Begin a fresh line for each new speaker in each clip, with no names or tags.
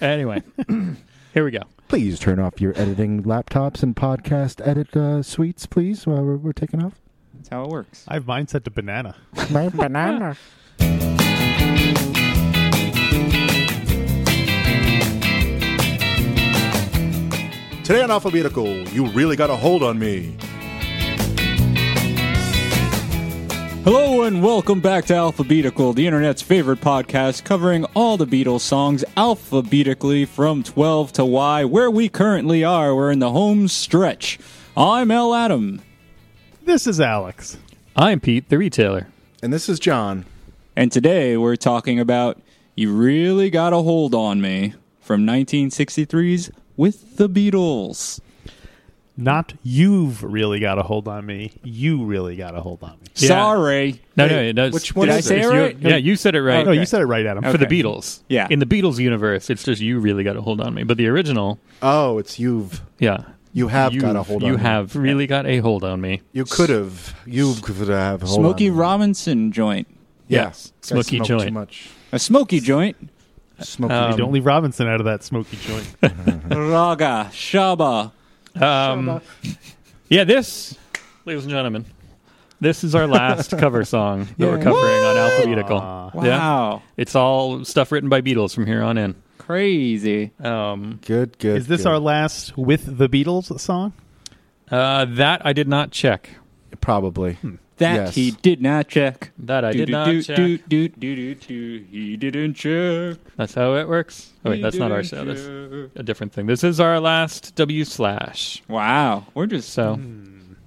Anyway, here we go.
Please turn off your editing laptops and podcast edit uh, suites, please, while we're, we're taking off.
That's how it works.
I have mine set to banana.
My banana.
Today on Alphabetical, you really got a hold on me.
Hello and welcome back to Alphabetical, the internet's favorite podcast covering all the Beatles songs alphabetically from 12 to Y. Where we currently are, we're in the home stretch. I'm El Adam.
This is Alex.
I'm Pete, the retailer.
And this is John.
And today we're talking about You Really Got a Hold on Me from 1963's With the Beatles.
Not you've really got a hold on me. You really got a hold on me.
Yeah.
Sorry.
No,
Hey,
no, no.
which one
Did I
is it?
say it
it's you-
right?
Yeah, you said it right.
No,
Okay.
Oh, you said it right, Adam.
For the
Okay.
Beatles.
Yeah.
In the Beatles universe, it's just you really got a hold on me. But the original,
Oh, it's you've.
yeah.
You have
You've-
got a hold on
You
me.
have really got a hold on me.
You could have. You could have. a Hold
Smokey
on me.
Robinson joint.
Yeah.
Yes.
I
Smokey
smoke Too
joint.
much.
A smoky joint. Uh,
Smokey.
Um,
Don't leave Robinson out of that smoky joint.
Raga, Shaba.
Um, yeah, this, ladies and gentlemen, this is our last cover song that we're covering on Alphabetical.
Aw.
Yeah.
Wow.
It's all stuff written by Beatles from here on in.
Crazy.
Um,
good, good.
Is this
good.
our last with the Beatles song?
uh, that I did not check.
Probably.
That
Yes.
he did not check.
That I did
do,
not
do,
check.
Do, do, do, do, do. He didn't check.
That's how it works. Oh, wait,
He
that's not our
didn't
show. That's
check.
a different thing. This is our last W slash.
Wow. We're just
So,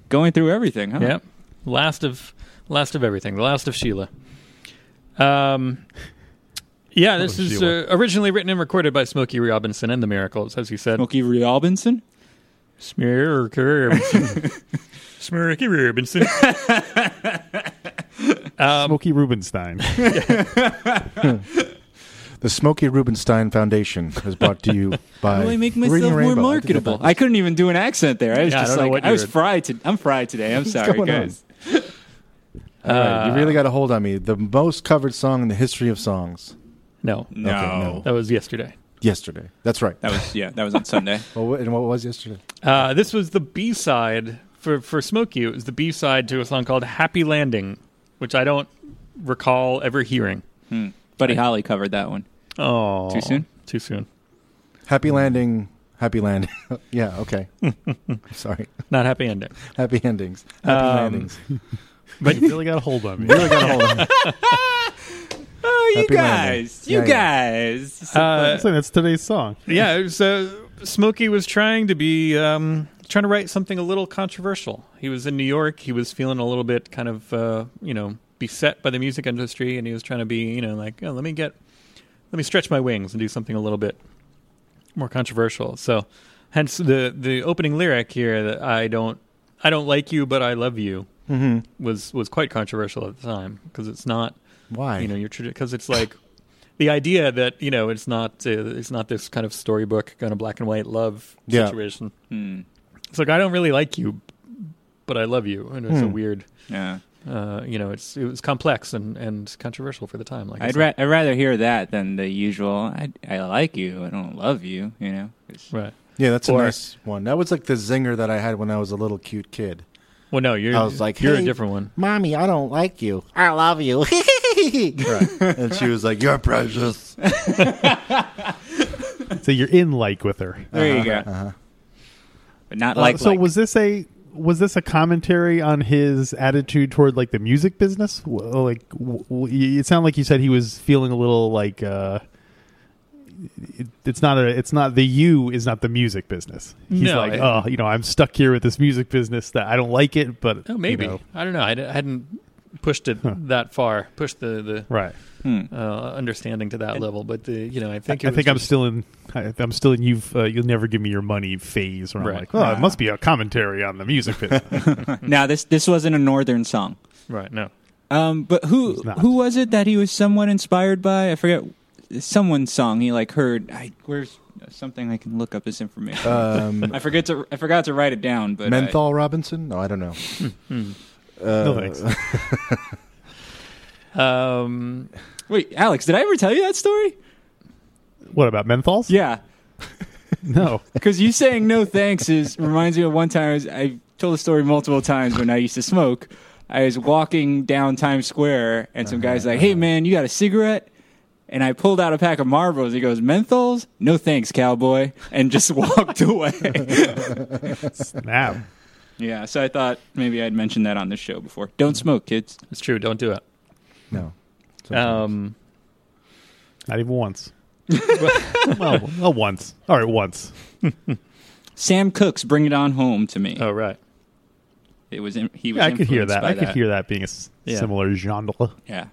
going through everything, huh?
yep, last of last of everything. The last of Sheila. Um, yeah, this
Oh,
is
Sheila.
uh, originally written and recorded by Smokey Robinson and the Miracles, as you said.
Smokey Robinson?
Smirky Robinson. Smirky Robinson.
Smokey Rubinstein.
The Smokey Rubinstein Foundation is brought to you by.
How do I make
Reading
myself more
Rainbow. I did that
marketable?
backwards.
I couldn't even do an accent there. I was
Yeah, I
just
don't know
like,
what
I
you
was
were-
fried. To, I'm fried today. I'm sorry,
going on?
guys. Uh,
All right, you really got a hold on me. The most covered song in the history of songs.
No,
No.
no.
that was yesterday.
Yesterday. That's right.
That was, yeah, that was on Sunday.
Well, what- and what was yesterday?
Uh, this was the B side for for Smokey. It was the B side to a song called "Happy Landing," which I don't recall ever hearing.
Buddy Holly covered that one.
Oh,
Too soon?
Too soon.
Happy landing. Happy landing. yeah. Okay. Sorry.
Not happy ending.
Happy endings. Happy
Um,
landings.
but you really got a hold on me.
Really got a hold on. me.
Oh, you
Happy landing.
guys. You
Yeah,
guys.
Uh,
I'm saying that's today's song.
yeah. So Smokey was trying to be um, trying to write something a little controversial. He was in New York. He was feeling a little bit kind of uh, you know beset by the music industry, and he was trying to be you know like oh, let me get let me stretch my wings and do something a little bit more controversial. So hence the the opening lyric here that I don't I don't like you, but I love you
Mm-hmm.
was was quite controversial at the time because it's not
Why?
you know your because it's like the idea that you know it's not uh, it's not this kind of storybook kind of black and white love
Yeah.
situation.
Hmm.
It's like I don't really like you, but I love you, and it's
Hmm.
a weird.
yeah.
Uh, you know, it's it was complex and, and controversial for the time. Like I
I'd,
said.
ra- I'd rather hear that than the usual. I I like you. I don't love you. You know. It's-
right.
yeah, that's
or-
a nice one. That was like the zinger that I had when I was a little cute kid.
Well, no, you're
I was like,
you're
"Hey."
a different one.
Mommy, I don't like you.
I love you.
and she was like, "You're precious."
So you're in like with her.
There you go. But not
Uh,
like
so
like.
was this a was this a commentary on his attitude toward like the music business Well, like w- w- it sounded like you said he was feeling a little like uh it, it's not a it's not the you is not the music business he's
No,
like
I-
oh you know i'm stuck here with this music business that i don't like it but
Oh,
you
maybe
know."
I don't know. I d- I hadn't pushed it that far, pushed the
right
hmm.
the uh, understanding to that level. But the you know, I think it
I
was
think I'm
just-
still in. I, I'm still in. You've uh, you'll never give me your money phase. Where I'm
Right.
like, oh, it must be a commentary on the music. business.
now this this wasn't a northern song.
right. No,
Um, but who
not.
who was it that he was somewhat inspired by? I forget someone's song he like heard. I where's uh, something I can look up this information.
Um,
I forget to I forgot to write it down. But I-
Menthol Robinson? No, I don't know. Uh,
no thanks.
um,
wait, Alex, did I ever tell you that story?
What about menthols?
Yeah,
No.
because you saying no thanks is reminds me of one time I, was, I told the story multiple times when I used to smoke. I was walking down Times Square and some guys like, "Hey man, you got a cigarette?" And I pulled out a pack of Marlboros. He goes, "Menthols? No thanks, cowboy," and just walked away.
Snap.
yeah, so I thought maybe I'd mentioned that on this show before. Don't smoke, kids.
It's true. Don't do it.
No.
Um,
Not even once. well, well, once. All right, once.
Sam Cooke's "Bring It On Home" to me.
oh right.
It was in- he was.
Yeah, I could hear
influenced
that.
by
I could hear that being a s-
Yeah.
similar genre.
Yeah.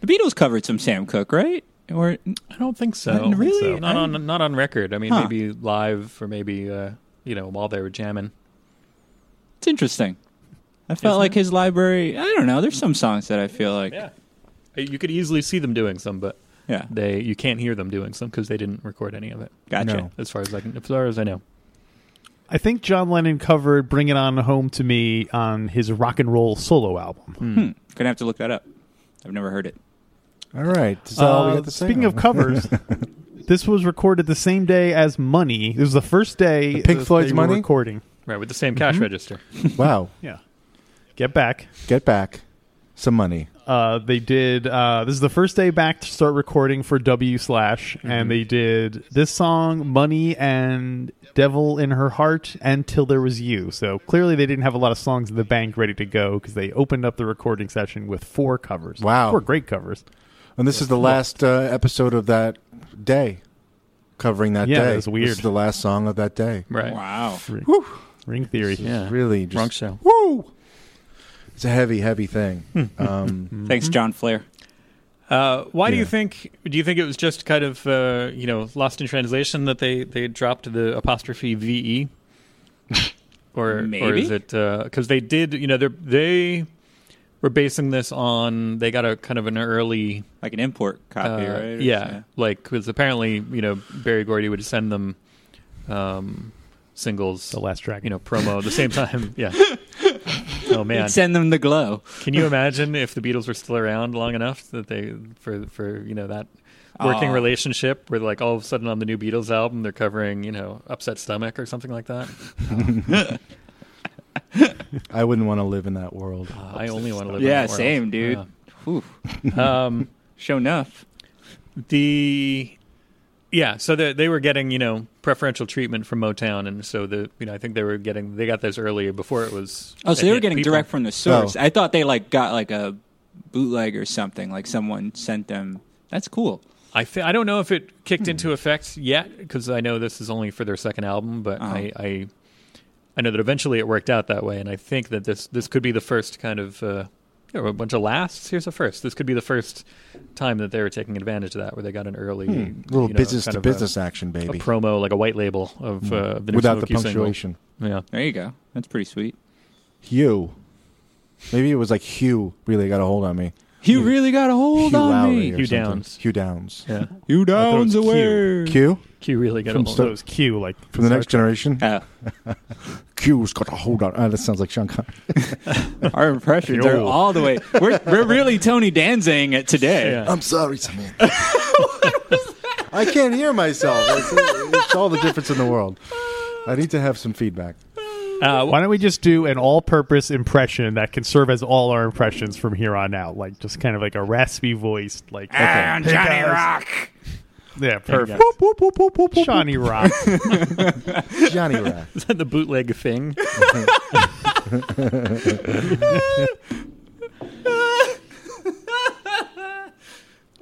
The Beatles covered some Sam Cooke, right? Or
I don't think so.
I don't think Really? so.
Not on not on record. I mean,
Huh.
maybe live or maybe uh, you know while they were jamming.
It's interesting. I felt
Isn't
like his library. I don't know. There's some songs that I feel like.
Yeah. Uh, You could easily see them doing some, but
Yeah.
they you can't hear them doing some because they didn't record any of it.
Gotcha.
No.
As far as I can, as far as I know.
I think John Lennon covered "Bring It On Home" to me on his rock and roll solo album.
Hmm. Gonna have to look that up. I've never heard it.
All right. Is that all
Uh,
we got to say?
speaking of covers, this was recorded the same day as "Money." It was the first day
Pink
that
Floyd's
they were
Money?
recording.
Right with the same cash register.
wow.
Yeah, get back.
Get back some money.
Uh, they did. Uh, this is the first day back to start recording for W Slash, and they did this song, "Money" and "Devil in Her Heart" and "Till There Was You." So clearly, they didn't have a lot of songs in the bank ready to go because they opened up the recording session with four covers.
Wow.
four great covers.
And this is the last uh, episode of that day, covering that
Yeah,
day.
that's weird.
This is the last song of that day.
Right.
Wow.
Ring Theory.
This is
Yeah.
Really just
Wrong show.
Woo! It's a heavy, heavy thing.
Hmm.
um,
Thanks, John Flair.
Uh, why do you
Yeah.
think? Do you think it was just kind of uh, you know lost in translation that they they dropped the apostrophe ve, or or
Maybe.
is it because they did? You know, they they were basing this on they got a kind of an early
Like an import copy,
uh,
right? Or
yeah,
something.
like because apparently you know Barry Gordy would send them um, singles,
The Last Dragon.
you know, promo at the same time. Yeah. Oh man,
He'd send them the glow.
Can you imagine if the Beatles were still around long enough that they for for you know that working
Aw.
relationship where like all of a sudden on the new Beatles album they're covering you know upset stomach or something like that?
I wouldn't want to live in that world.
Uh, I only want to live. in
Yeah,
that world.
same, dude. Whew.
Yeah. Um,
Show enough.
the yeah, so they they were getting you know preferential treatment from Motown, and so the you know I think they were getting they got this earlier before it was.
Oh, so they
it
were
hit
getting
people.
direct from the source. Oh. I thought they like got like a bootleg or something. Like someone sent them. That's cool.
I thi- I don't know if it kicked
Hmm.
into effect yet because I know this is only for their second album,
Oh.
but I, I I know that eventually it worked out that way, and I think that this this could be the first kind of uh, you know, a bunch of lasts. Here's a first. This could be the first time that they were taking advantage of that, where they got an early you
Hmm. little
know,
business
kind
to
of a-
business action,
a,
baby.
promo like a white label of uh, the new
Without the
Smokey single.
punctuation.
Yeah,
There you go. That's pretty sweet.
Hugh. Maybe it was like Hugh really got a hold on me.
You really got a hold
Hugh
on
Lowry
me.
or
Hugh
something.
Downs.
Hugh Downs.
yeah.
You
thought it was
downs
Q.
Q
away.
Q really got a
From
hold.
So it was Q, like
from the next generation.
Oh.
Q's got a hold on. Oh, that sounds like Sean Connery.
Our impressions are
Yo.
all the way. We're, we're really Tony Danzing it today.
Yeah.
I'm sorry, Samantha. I can't hear myself. It's, it's all the difference in the world. I need to have some feedback.
Uh,
Why don't we just do an all-purpose impression that can serve as all our impressions from here on out? Like just kind of like a raspy voiced, like
And Johnny Rock.
yeah, perfect.
Boop, boop, boop, boop, boop, boop,
Johnny Rock.
boop. Johnny Rat.
is that the bootleg thing?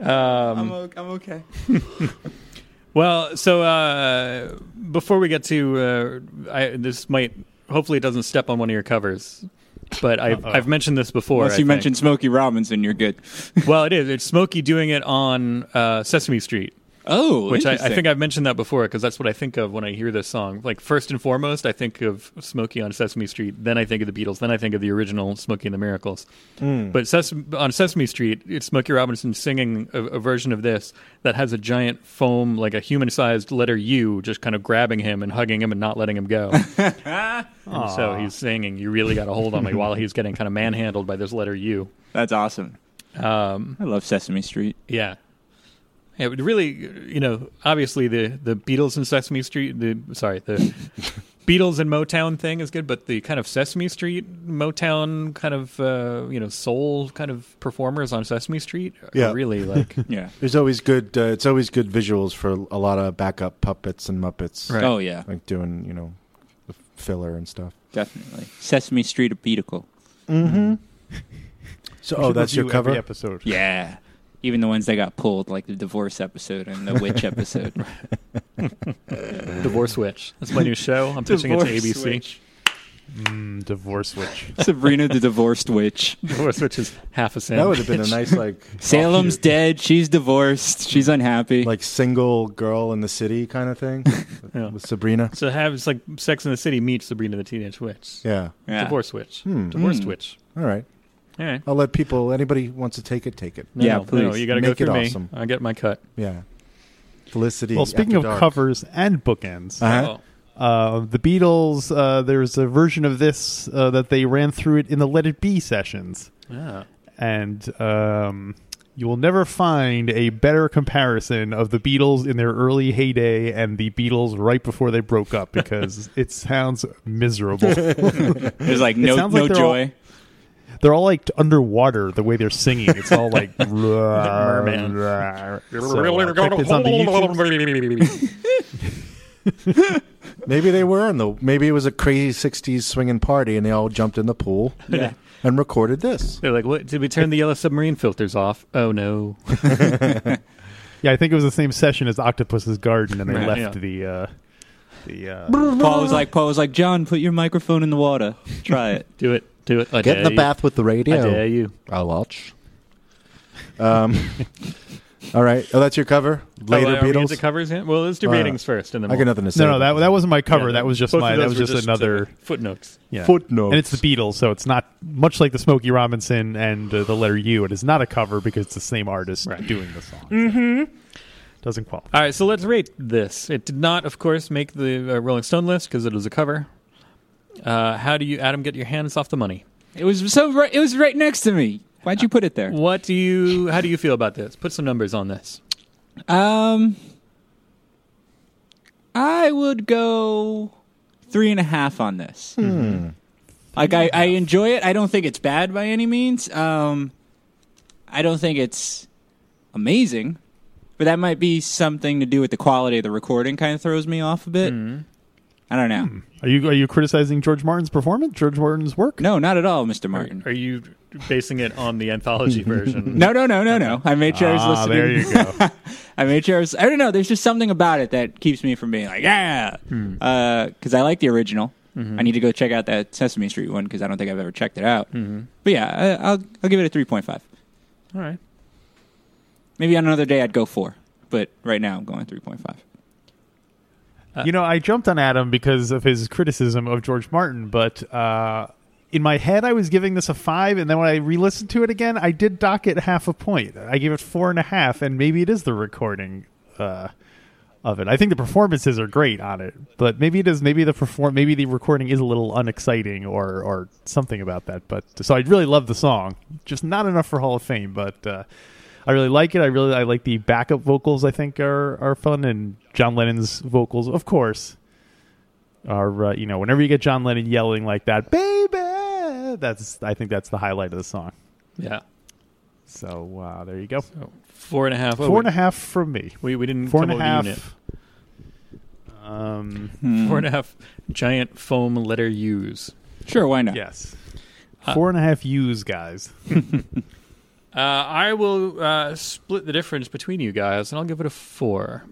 I'm, o- I'm okay.
Well, so uh, before we get to uh, I, this, might hopefully it doesn't step on one of your covers, but I've, I've mentioned this before.
Unless
I
you
think.
mentioned Smokey Robinson, you're good.
well, it is it's Smokey doing it on uh, Sesame Street,
Oh,
which I, I
interesting.
think I've mentioned that before because that's what I think of when I hear this song. Like first and foremost, I think of Smokey on Sesame Street, then I think of the Beatles, then I think of the original Smokey and the Miracles. But Ses- on Sesame Street, it's Smokey Robinson singing a, a version of this that has a giant foam, like a human-sized letter U, just kind of grabbing him and hugging him and not letting him go. And so he's singing, "You really got a hold on me," while he's getting kind of manhandled by this letter U.
That's awesome.
Um,
I love Sesame Street.
yeah, Yeah, but really, you know, obviously the the Beatles and Sesame Street, the sorry, the Beatles and Motown thing is good, but the kind of Sesame Street Motown kind of uh, you know soul kind of performers on Sesame Street are
Yeah.
really like
Yeah.
There's always good. Uh, it's always good visuals for a lot of backup puppets and Muppets,
Right.
Oh yeah,
like doing you know the filler and stuff.
definitely. Sesame Street Beatical.
Mm-hmm. So,
We
oh,
should
that's your
review every
cover.
episode.
Yeah. Even the ones that got pulled, like the divorce episode and the witch episode.
Divorce Witch. That's my new show. I'm pitching it to
Divorce
ABC.
Witch.
Mm, divorce witch.
Sabrina the divorced witch.
Divorce Witch is half a sandwich.
That would have been a nice like
Salem's
off-year,
dead. She's divorced. She's unhappy.
like single girl in the city kind of thing
Yeah.
with Sabrina.
So have it's like Sex in the City meets Sabrina the Teenage Witch.
Yeah.
Yeah.
Divorce Witch.
Hmm.
Divorced
Mm.
Witch.
All right.
All right.
I'll let people. Anybody wants to take it, take it.
No,
Yeah,
no, no,
please.
you got to go
Make it
through me.
awesome.
I get my cut.
Yeah. Felicity.
Well, speaking
After
of
Dark.
covers and bookends,
Uh-huh.
Oh.
uh, the Beatles. Uh, there's a version of this uh, that they ran through it in the Let It Be sessions,
Yeah.
and um, you will never find a better comparison of the Beatles in their early heyday and the Beatles right before they broke up because it sounds miserable.
There's like no
sounds
no
like they're all-
joy.
they're all like underwater the way they're singing. It's all like merman. it's uh, on the YouTube.
Maybe they were in the. Maybe it was a crazy '60s swinging party, and they all jumped in the pool
yeah.
and recorded this.
They're like, what? Did we turn the yellow submarine filters off? Oh no!
Yeah, I think it was the same session as Octopus's Garden, and they
Right,
left
yeah.
the uh, the. Uh,
Paul was like Paul was like John, put your microphone in the water. Try it.
Do it! Do it! I
Get in
dare
the bath with the
You.
radio.
I dare you.
I'll watch. Um. all right. Oh, that's your cover. Later
oh, are we
Beatles.
into covers yet? Well, let's do
Uh,
ratings first, and then
I got
we'll-
nothing to say.
no, no, that that wasn't my cover.
Yeah,
that was just
both
my.
of
That
those
was
were
just, another.
uh, footnotes.
yeah.
footnote.
And it's the Beatles, so it's not much like the Smokey Robinson and uh, the letter U. It is not a cover because it's the same artist
Right.
doing the song. Mm-hmm. Doesn't qualify.
All right, so let's rate this. It did not, of course, make the uh, Rolling Stone list because it was a cover. Uh, how do you, Adam, get your hands off the money?
It was so right, it was right next to me. Why'd you put it there?
What do you? How do you feel about this? Put some numbers on this.
Um, I would go three and a half on this. Like I, I enjoy it. I don't think it's bad by any means. Um, I don't think it's amazing, but that might be something to do with the quality of the recording. Kind of throws me off a bit. I don't know.
Are you are you criticizing George Martin's performance? George Martin's work?
No, not at all, Mister Martin.
Are you basing it on the anthology version?
No, no, no, no, no. I made sure I was
Ah,
listening.
there you go.
I made sure I was. I don't know. There's just something about it that keeps me from being like, yeah, because I like the original. I need to go check out that Sesame Street one because I don't think I've ever checked it out. But yeah, I, I'll I'll give it a three point five.
All right.
Maybe on another day I'd go four, but right now I'm going three point five.
You know, I jumped on Adam because of his criticism of George Martin, but uh, in my head, I was giving this a five, and then when I re-listened to it again, I did dock it half a point. I gave it four and a half, and maybe it is the recording uh, of it. I think the performances are great on it, but maybe it is. Maybe the perform, maybe the recording is a little unexciting, or or something about that. But so I really love the song, just not enough for Hall of Fame, but. Uh, I really like it. I really I like the backup vocals. I think are are fun, and John Lennon's vocals, of course, are uh, you know whenever you get John Lennon yelling like that, baby, that's I think that's the highlight of the song.
Yeah.
So uh, there you go,
So four and a half. Oh,
four and a half from me.
We we didn't
Four
come
and a
up with a
half. Um,
unit. Four and a half giant foam letter U's.
Sure, why not?
yes, four and a half U's, guys.
Uh, I will uh, split the difference between you guys, and I'll give it a four.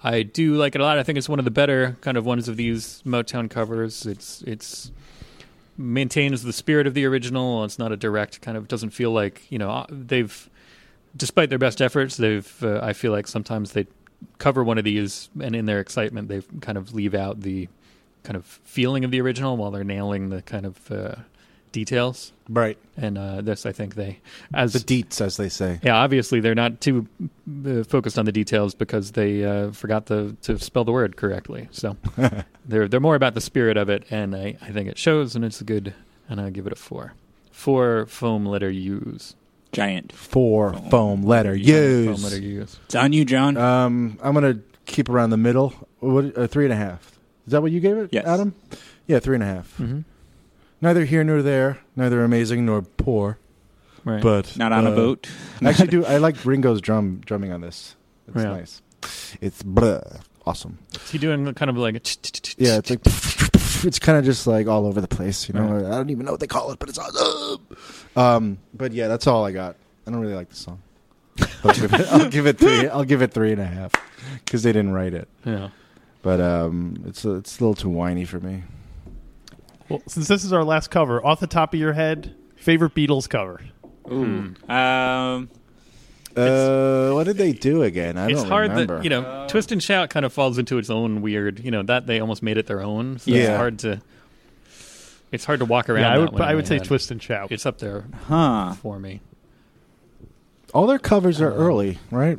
I do like it a lot. I think it's one of the better kind of ones of these Motown covers. It's it's maintains the spirit of the original. It's not a direct kind of doesn't feel like you know uh, they've, despite their best efforts, they've. Uh, I feel like sometimes they cover one of these, and in their excitement, they kind of leave out the kind of feeling of the original while they're nailing the kind of uh, details.
right.
And uh, this, I think they as
The deets, as they say.
yeah, obviously they're not too uh, focused on the details because they uh, forgot the, to spell the word correctly. So they're they're more about the spirit of it, and I, I think it shows, and it's a good. And I give it a four, four foam letter U's.
Giant.
Four foam, letter. Use.
Foam letter U's.
It's on you, John.
Um, I'm gonna keep around the middle. What? Uh, three and a half. Is that what you gave it,
Yes.
Adam? Yeah, three and a half.
Mhm.
Neither here nor there. Neither amazing nor poor.
Right.
But
Not on a
uh,
boat.
I actually do. I like Ringo's drum drumming on this. It's
Yeah.
nice. It's bruh, awesome.
Is he doing kind of like a tch, tch, tch, tch,
Yeah,
tch,
it's like it's kind of just like all over the place. You know, I don't even know what they call it, but it's awesome. Um, but yeah, that's all I got. I don't really like the song. But I'll, give it, I'll give it three. I'll give it three and a half because they didn't write it.
yeah.
But um, it's a, it's a little too whiny for me.
Well, since this is our last cover, off the top of your head, favorite Beatles cover?
Ooh. Um,
Uh, what did they do again? I
it's
don't
hard
remember.
that you know
Uh,
twist and shout kind of falls into its own weird you know that they almost made it their own so it's
Yeah.
hard to it's hard to walk around
Yeah, I
that
would.
one in
I
my
would say
head.
Twist and Shout.
it's up there
huh.
for me
all their covers are early, right?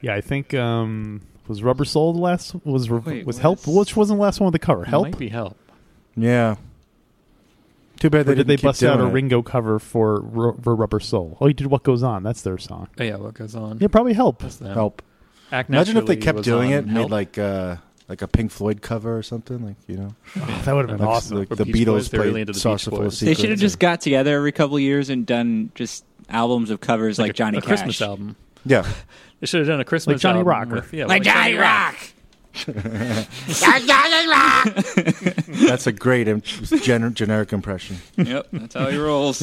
Yeah, I think um, was Rubber Soul the last was Re-
Wait,
was
what
Help,
is-
which wasn't the last one with the cover.
It
Help,
might be help
Yeah. Too bad
or
they
did
didn't
they
keep
bust out a
doing it.
Ringo cover for Ru- for Rubber Soul? Oh, he did What Goes On. That's their song.
oh, yeah what goes on
Yeah, probably Help.
That's them.
Help.
Act
Imagine if they
Naturally
kept
was on
doing it, and
Help.
made like uh, like a Pink Floyd cover or something, like you know,
Oh, that would have been
like,
awesome.
like
Or
the
Beach Boys,
Beatles
they're really into
played
the Beach
Saucer Full of
Boys.
They
Secrets.
should have just got together every couple of years and done just albums of covers like,
a-
Johnny
a
Cash.
Christmas album
yeah.
they should have done a Christmas
Like Johnny
album
Rocker.
with- yeah,
like Johnny Rock. like Johnny Rock.
That's a great im- gener- generic impression.
yep, that's how he rolls.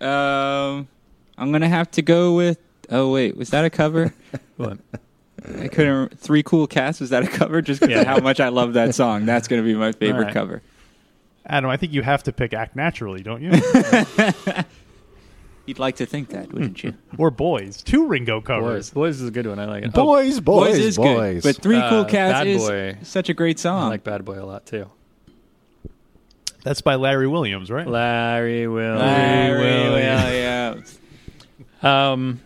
um, I'm gonna have to go with. Oh wait, was that a cover?
What?
I couldn't. rem- Three cool cats. Was that a cover? Just 'cause
Yeah.
of how much I love that song. That's gonna be my favorite
Alright.
cover.
Adam, I think you have to pick Act Naturally, don't you?
You'd like to think that, wouldn't you?
or Boys, two Ringo
Oh,
Boys
covers.
Boys is a good one I like it oh,
Boys, boys, boys.
is good, but Three
Uh,
Cool Cats
Bad
is
Boy.
such a great
I
song.
like Bad Boy a lot too
That's by Larry Williams, right?
Larry Williams
Larry Williams.
um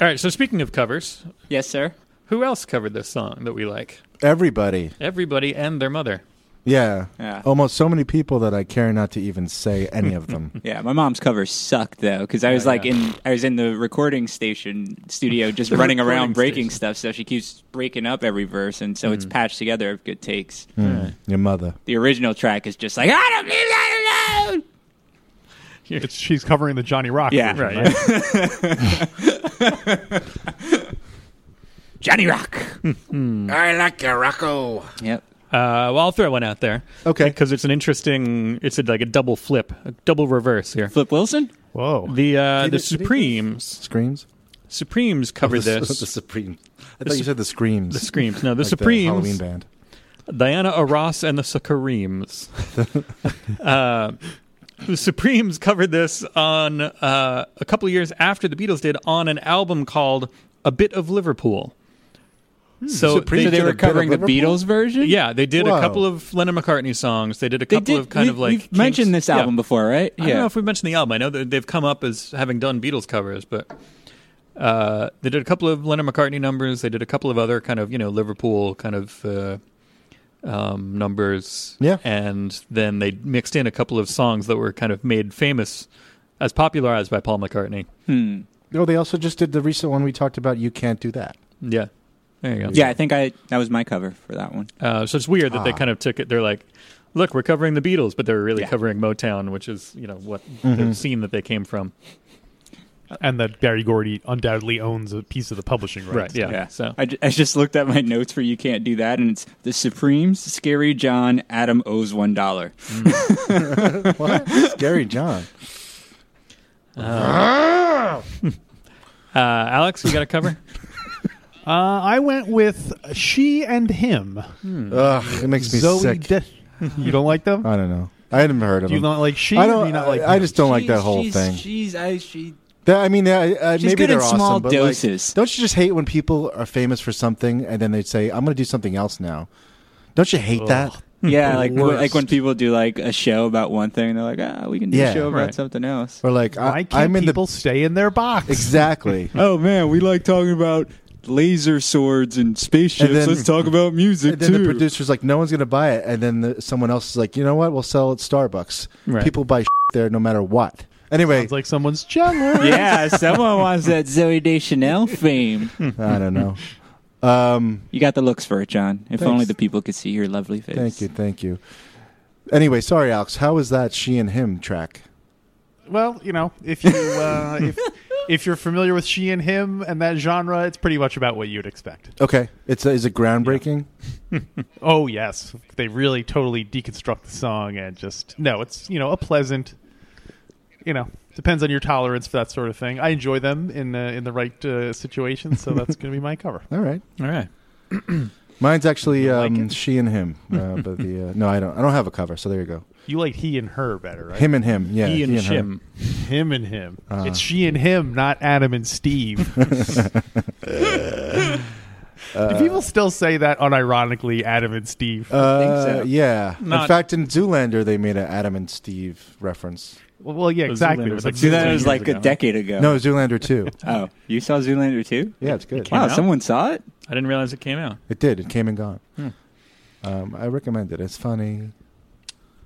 all right so speaking of covers
Yes, sir.
who else covered this song that we like
Everybody,
Everybody and their mother.
yeah.
Yeah.
almost so many people that I care not to even say any of them.
Yeah, my mom's cover sucked though because I was
Oh,
like
yeah.
in I was in the recording station studio just running around breaking stuff. So she keeps breaking up every verse, and so it's
Mm.
patched together of good takes.
Hmm.
Mm, Your mother.
The original track is just like I don't leave that alone.
It's, she's covering the Johnny Rock.
Yeah.
version,
Right, Johnny Rock.
I like your Rocco.
yep.
Uh, well, I'll throw one out there.
Okay.
Because it's an interesting, it's a, like a double flip, a double reverse here.
Flip Wilson.
Whoa.
The uh, the
Did it- did it-
Supremes,
Screams.
Supremes covered
the,
this.
The Supreme.
The
I thought you
Sup-
said the Screams.
The Screams. No, the
Like The Halloween
Supremes,
band.
Diana Arras and the Supremes. uh, the Supremes covered this on uh, a couple of years after the Beatles did on an album called A Bit of Liverpool. So
Hmm. Supremes did
So they
a
were
bit of
covering the
Liverpool?
Beatles version.
Yeah, they did
Whoa.
a couple of Lennon McCartney songs. They did a
They
couple
did,
of kind
we,
of like
we've
Kinks-
mentioned this
Yeah.
album before, right?
I don't know if we mentioned the album. I know that they've come up as having done Beatles covers, but uh, they did a couple of Lennon McCartney numbers. They did a couple of other kind of you know Liverpool kind of uh, um, numbers.
Yeah.
and then they mixed in a couple of songs that were kind of made famous as popularized by Paul McCartney.
Hmm.
No, they also just did the recent one we talked about. You can't do that.
Yeah, there you go.
Yeah, I think I that was my cover for that one.
Uh, so it's weird that they
Ah.
kind of took it. They're like, look, we're covering the Beatles, but they're really
Yeah. Mm-hmm.
covering Motown, which is you know what the scene that they came from.
and that Barry Gordy undoubtedly owns a piece of the publishing rights.
Yeah.
Yeah.
So
I, ju- I just looked at my notes for you can't do that, and it's the Supremes, Scary John, Adam owes one dollar.
What? Gary John.
uh, Alex, you got a cover?
Uh, I went with She and Him.
Hmm. Ugh, it makes me
Zoe.
sick.
De- you don't like them?
I don't know. I haven't heard of
do you
them.
not like She?
Um, I
or do
don't.
you not
I-
like
I
him?
just don't like that whole thing.
She's I she
That- I mean, I, I,
She's
maybe
good
they're
in small
awesome, but, like,
doses.
don't you just hate when people are famous for something and then they say, "I'm going to do something else now"? Don't you hate that?
Hmm. yeah, like
worst.
like when people do like a show about one thing, they're like, ah, we can do
Yeah.
a show about
Right.
something else.
Or like,
Why
I,
can't
I'm in
people
the
stay in their box?
exactly.
Oh man, we like talking about laser swords and spaceships.
And then- Let's
talk about music
and then the producer's like, "No one's going to buy it," and then the, someone else is like, "You know what? We'll sell at Starbucks.
Right.
People buy shit there no matter what. Anyway,
Sounds like someone's jealous.
yeah, someone wants that Zoe Deschanel fame.
I don't know. Um,
You got the looks for it, John. If only
Thanks.
the people could see your lovely face.
thank you, thank you. Anyway, sorry, Alex. How was that she and him track?
Well, you know, if you uh, if if you're familiar with she and him and that genre, it's pretty much about what you'd expect.
Okay, it's is it groundbreaking?
Oh yes, they really totally deconstruct the song and just no, it's you know a pleasant, you know, depends on your tolerance for that sort of thing. I enjoy them in uh, in the right uh, situation, so that's going to be my cover.
All right,
All right.
mine's actually
I like
um,
it.
she and him. Uh, but the uh, no, I don't. I don't have a cover, so there you go.
You like he and her better, right?
Him and him. Yeah,
Ian
he and her.
Shim.
him and him.
Uh-huh.
it's she and him, not Adam and Steve. Do people still say that unironically, Adam and Steve?
Uh,
think so.
Yeah. in
Not-
fact, in Zoolander, they made an Adam and Steve reference.
well, yeah,
Those
exactly.
Zoolander
It was like
books.
See, that
15
was
years
like
ago.
a decade ago.
No, Zoolander too.
Oh, you saw Zoolander too?
yeah, it's good.
Came
Wow,
out?
someone saw it?
I didn't realize it came out.
It did. It came and gone. Um, I recommend it. It's funny.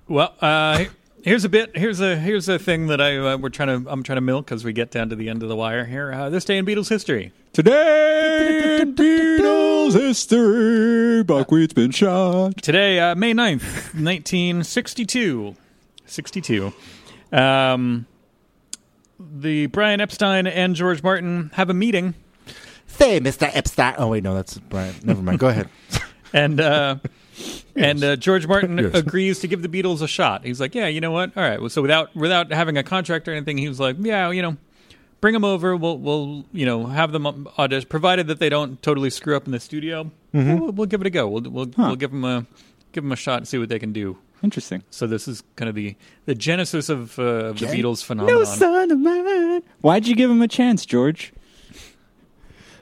Well, uh, here's a bit. Here's a here's a thing that I uh, we're trying to I'm trying to milk as we get down to the end of the wire here. Uh, this day in Beatles history.
Today in Beatles history, buckwheat's been shot.
Today, uh, May 9th, 1962. 62. Um, the Brian Epstein and George Martin have a meeting,
Say, Mr. Epstein. Oh, wait, no, that's Brian. Never mind. Go ahead.
and uh, and uh, George Martin
Yes.
agrees to give the Beatles a shot. He's like, "Yeah, you know what? All right." Well, so without without having a contract or anything, he was like, "Yeah, you know, bring them over. We'll we'll you know have them audition, provided that they don't totally screw up in the studio. We'll, we'll give it a go. We'll we'll,
Huh.
we'll give them a give them a shot and see what they can do."
Interesting.
So this is kind of the the genesis of uh, of the Beatles phenomenon.
No son of mine. Why'd you give him a chance, George?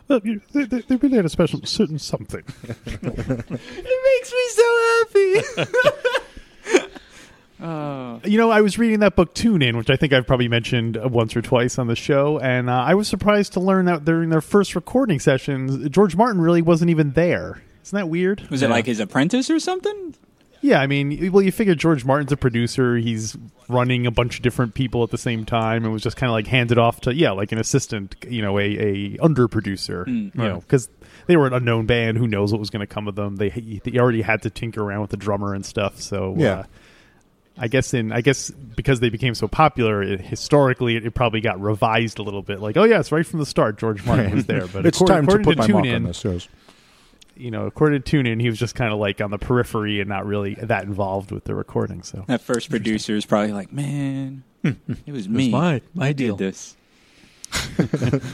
Well, you- they, they, they really had a special certain something.
It makes me so happy. oh.
You know, I was reading that book Tune In, which I think I've probably mentioned uh, once or twice on the show, and uh, I was surprised to learn that during their first recording sessions, George Martin really wasn't even there. Isn't that weird?
Was it like his apprentice or something?
Yeah, I mean, well, you figure George Martin's a producer; he's running a bunch of different people at the same time, and was just kind of like handed off to yeah, like an assistant, you know, a a under producer, you know, because they were an unknown band. Who knows what was going to come of them? They they already had to tinker around with the drummer and stuff. So
Yeah.
Uh, I guess in I guess because they became so popular it, historically, it, it probably got revised a little bit. Like, oh yeah, it's right from the start. George Martin was there, but
it's time
according,
to
according
put my
Tune
mark
in,
on this. Yes.
you know, according to TuneIn, he was just kind of like on the periphery and not really that involved with the recording. So
That first producer is probably like, man, Hmm. it was me.
my my
I did
deal.
this.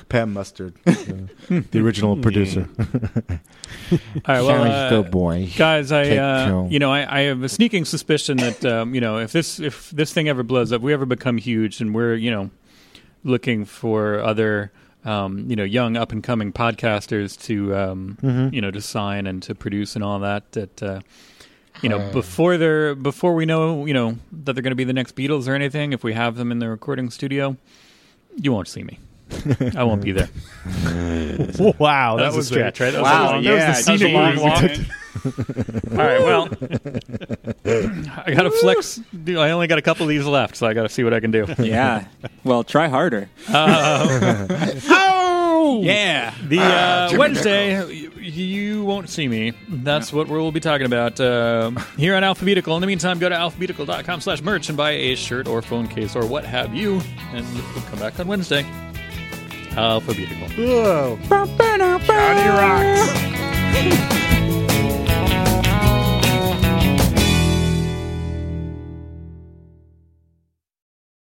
Pam Mustard, Hmm. uh, the original producer.
All right, well, uh,
boy.
guys, I
Take
uh,
two.
you know I, I have a sneaking suspicion that um, you know if this if this thing ever blows up, we ever become huge, and we're you know looking for other um, you know young up and coming podcasters to um, you know to sign and to produce and all that that. Uh, you know, before they're before we know, you know, that they're going to be the next Beatles or anything. If we have them in the recording studio, you won't see me. I won't be there.
wow, that,
That was a stretch, right? That was a
Wow,
long-
yeah,
that was the
that
scenic
was a long
route we took. All right, well, I got to flex. dude, I only got a couple of these left, so I got to see what I can do.
Yeah. well, try harder.
Oh, yeah. The uh, Wednesday, y- you won't see me. That's what we'll be talking about um here on Alphabetical. In the meantime, go to alphabetical.com slash merch and buy a shirt or phone case or what have you, and we'll come back on Wednesday. Alphabetical.
Whoa.
I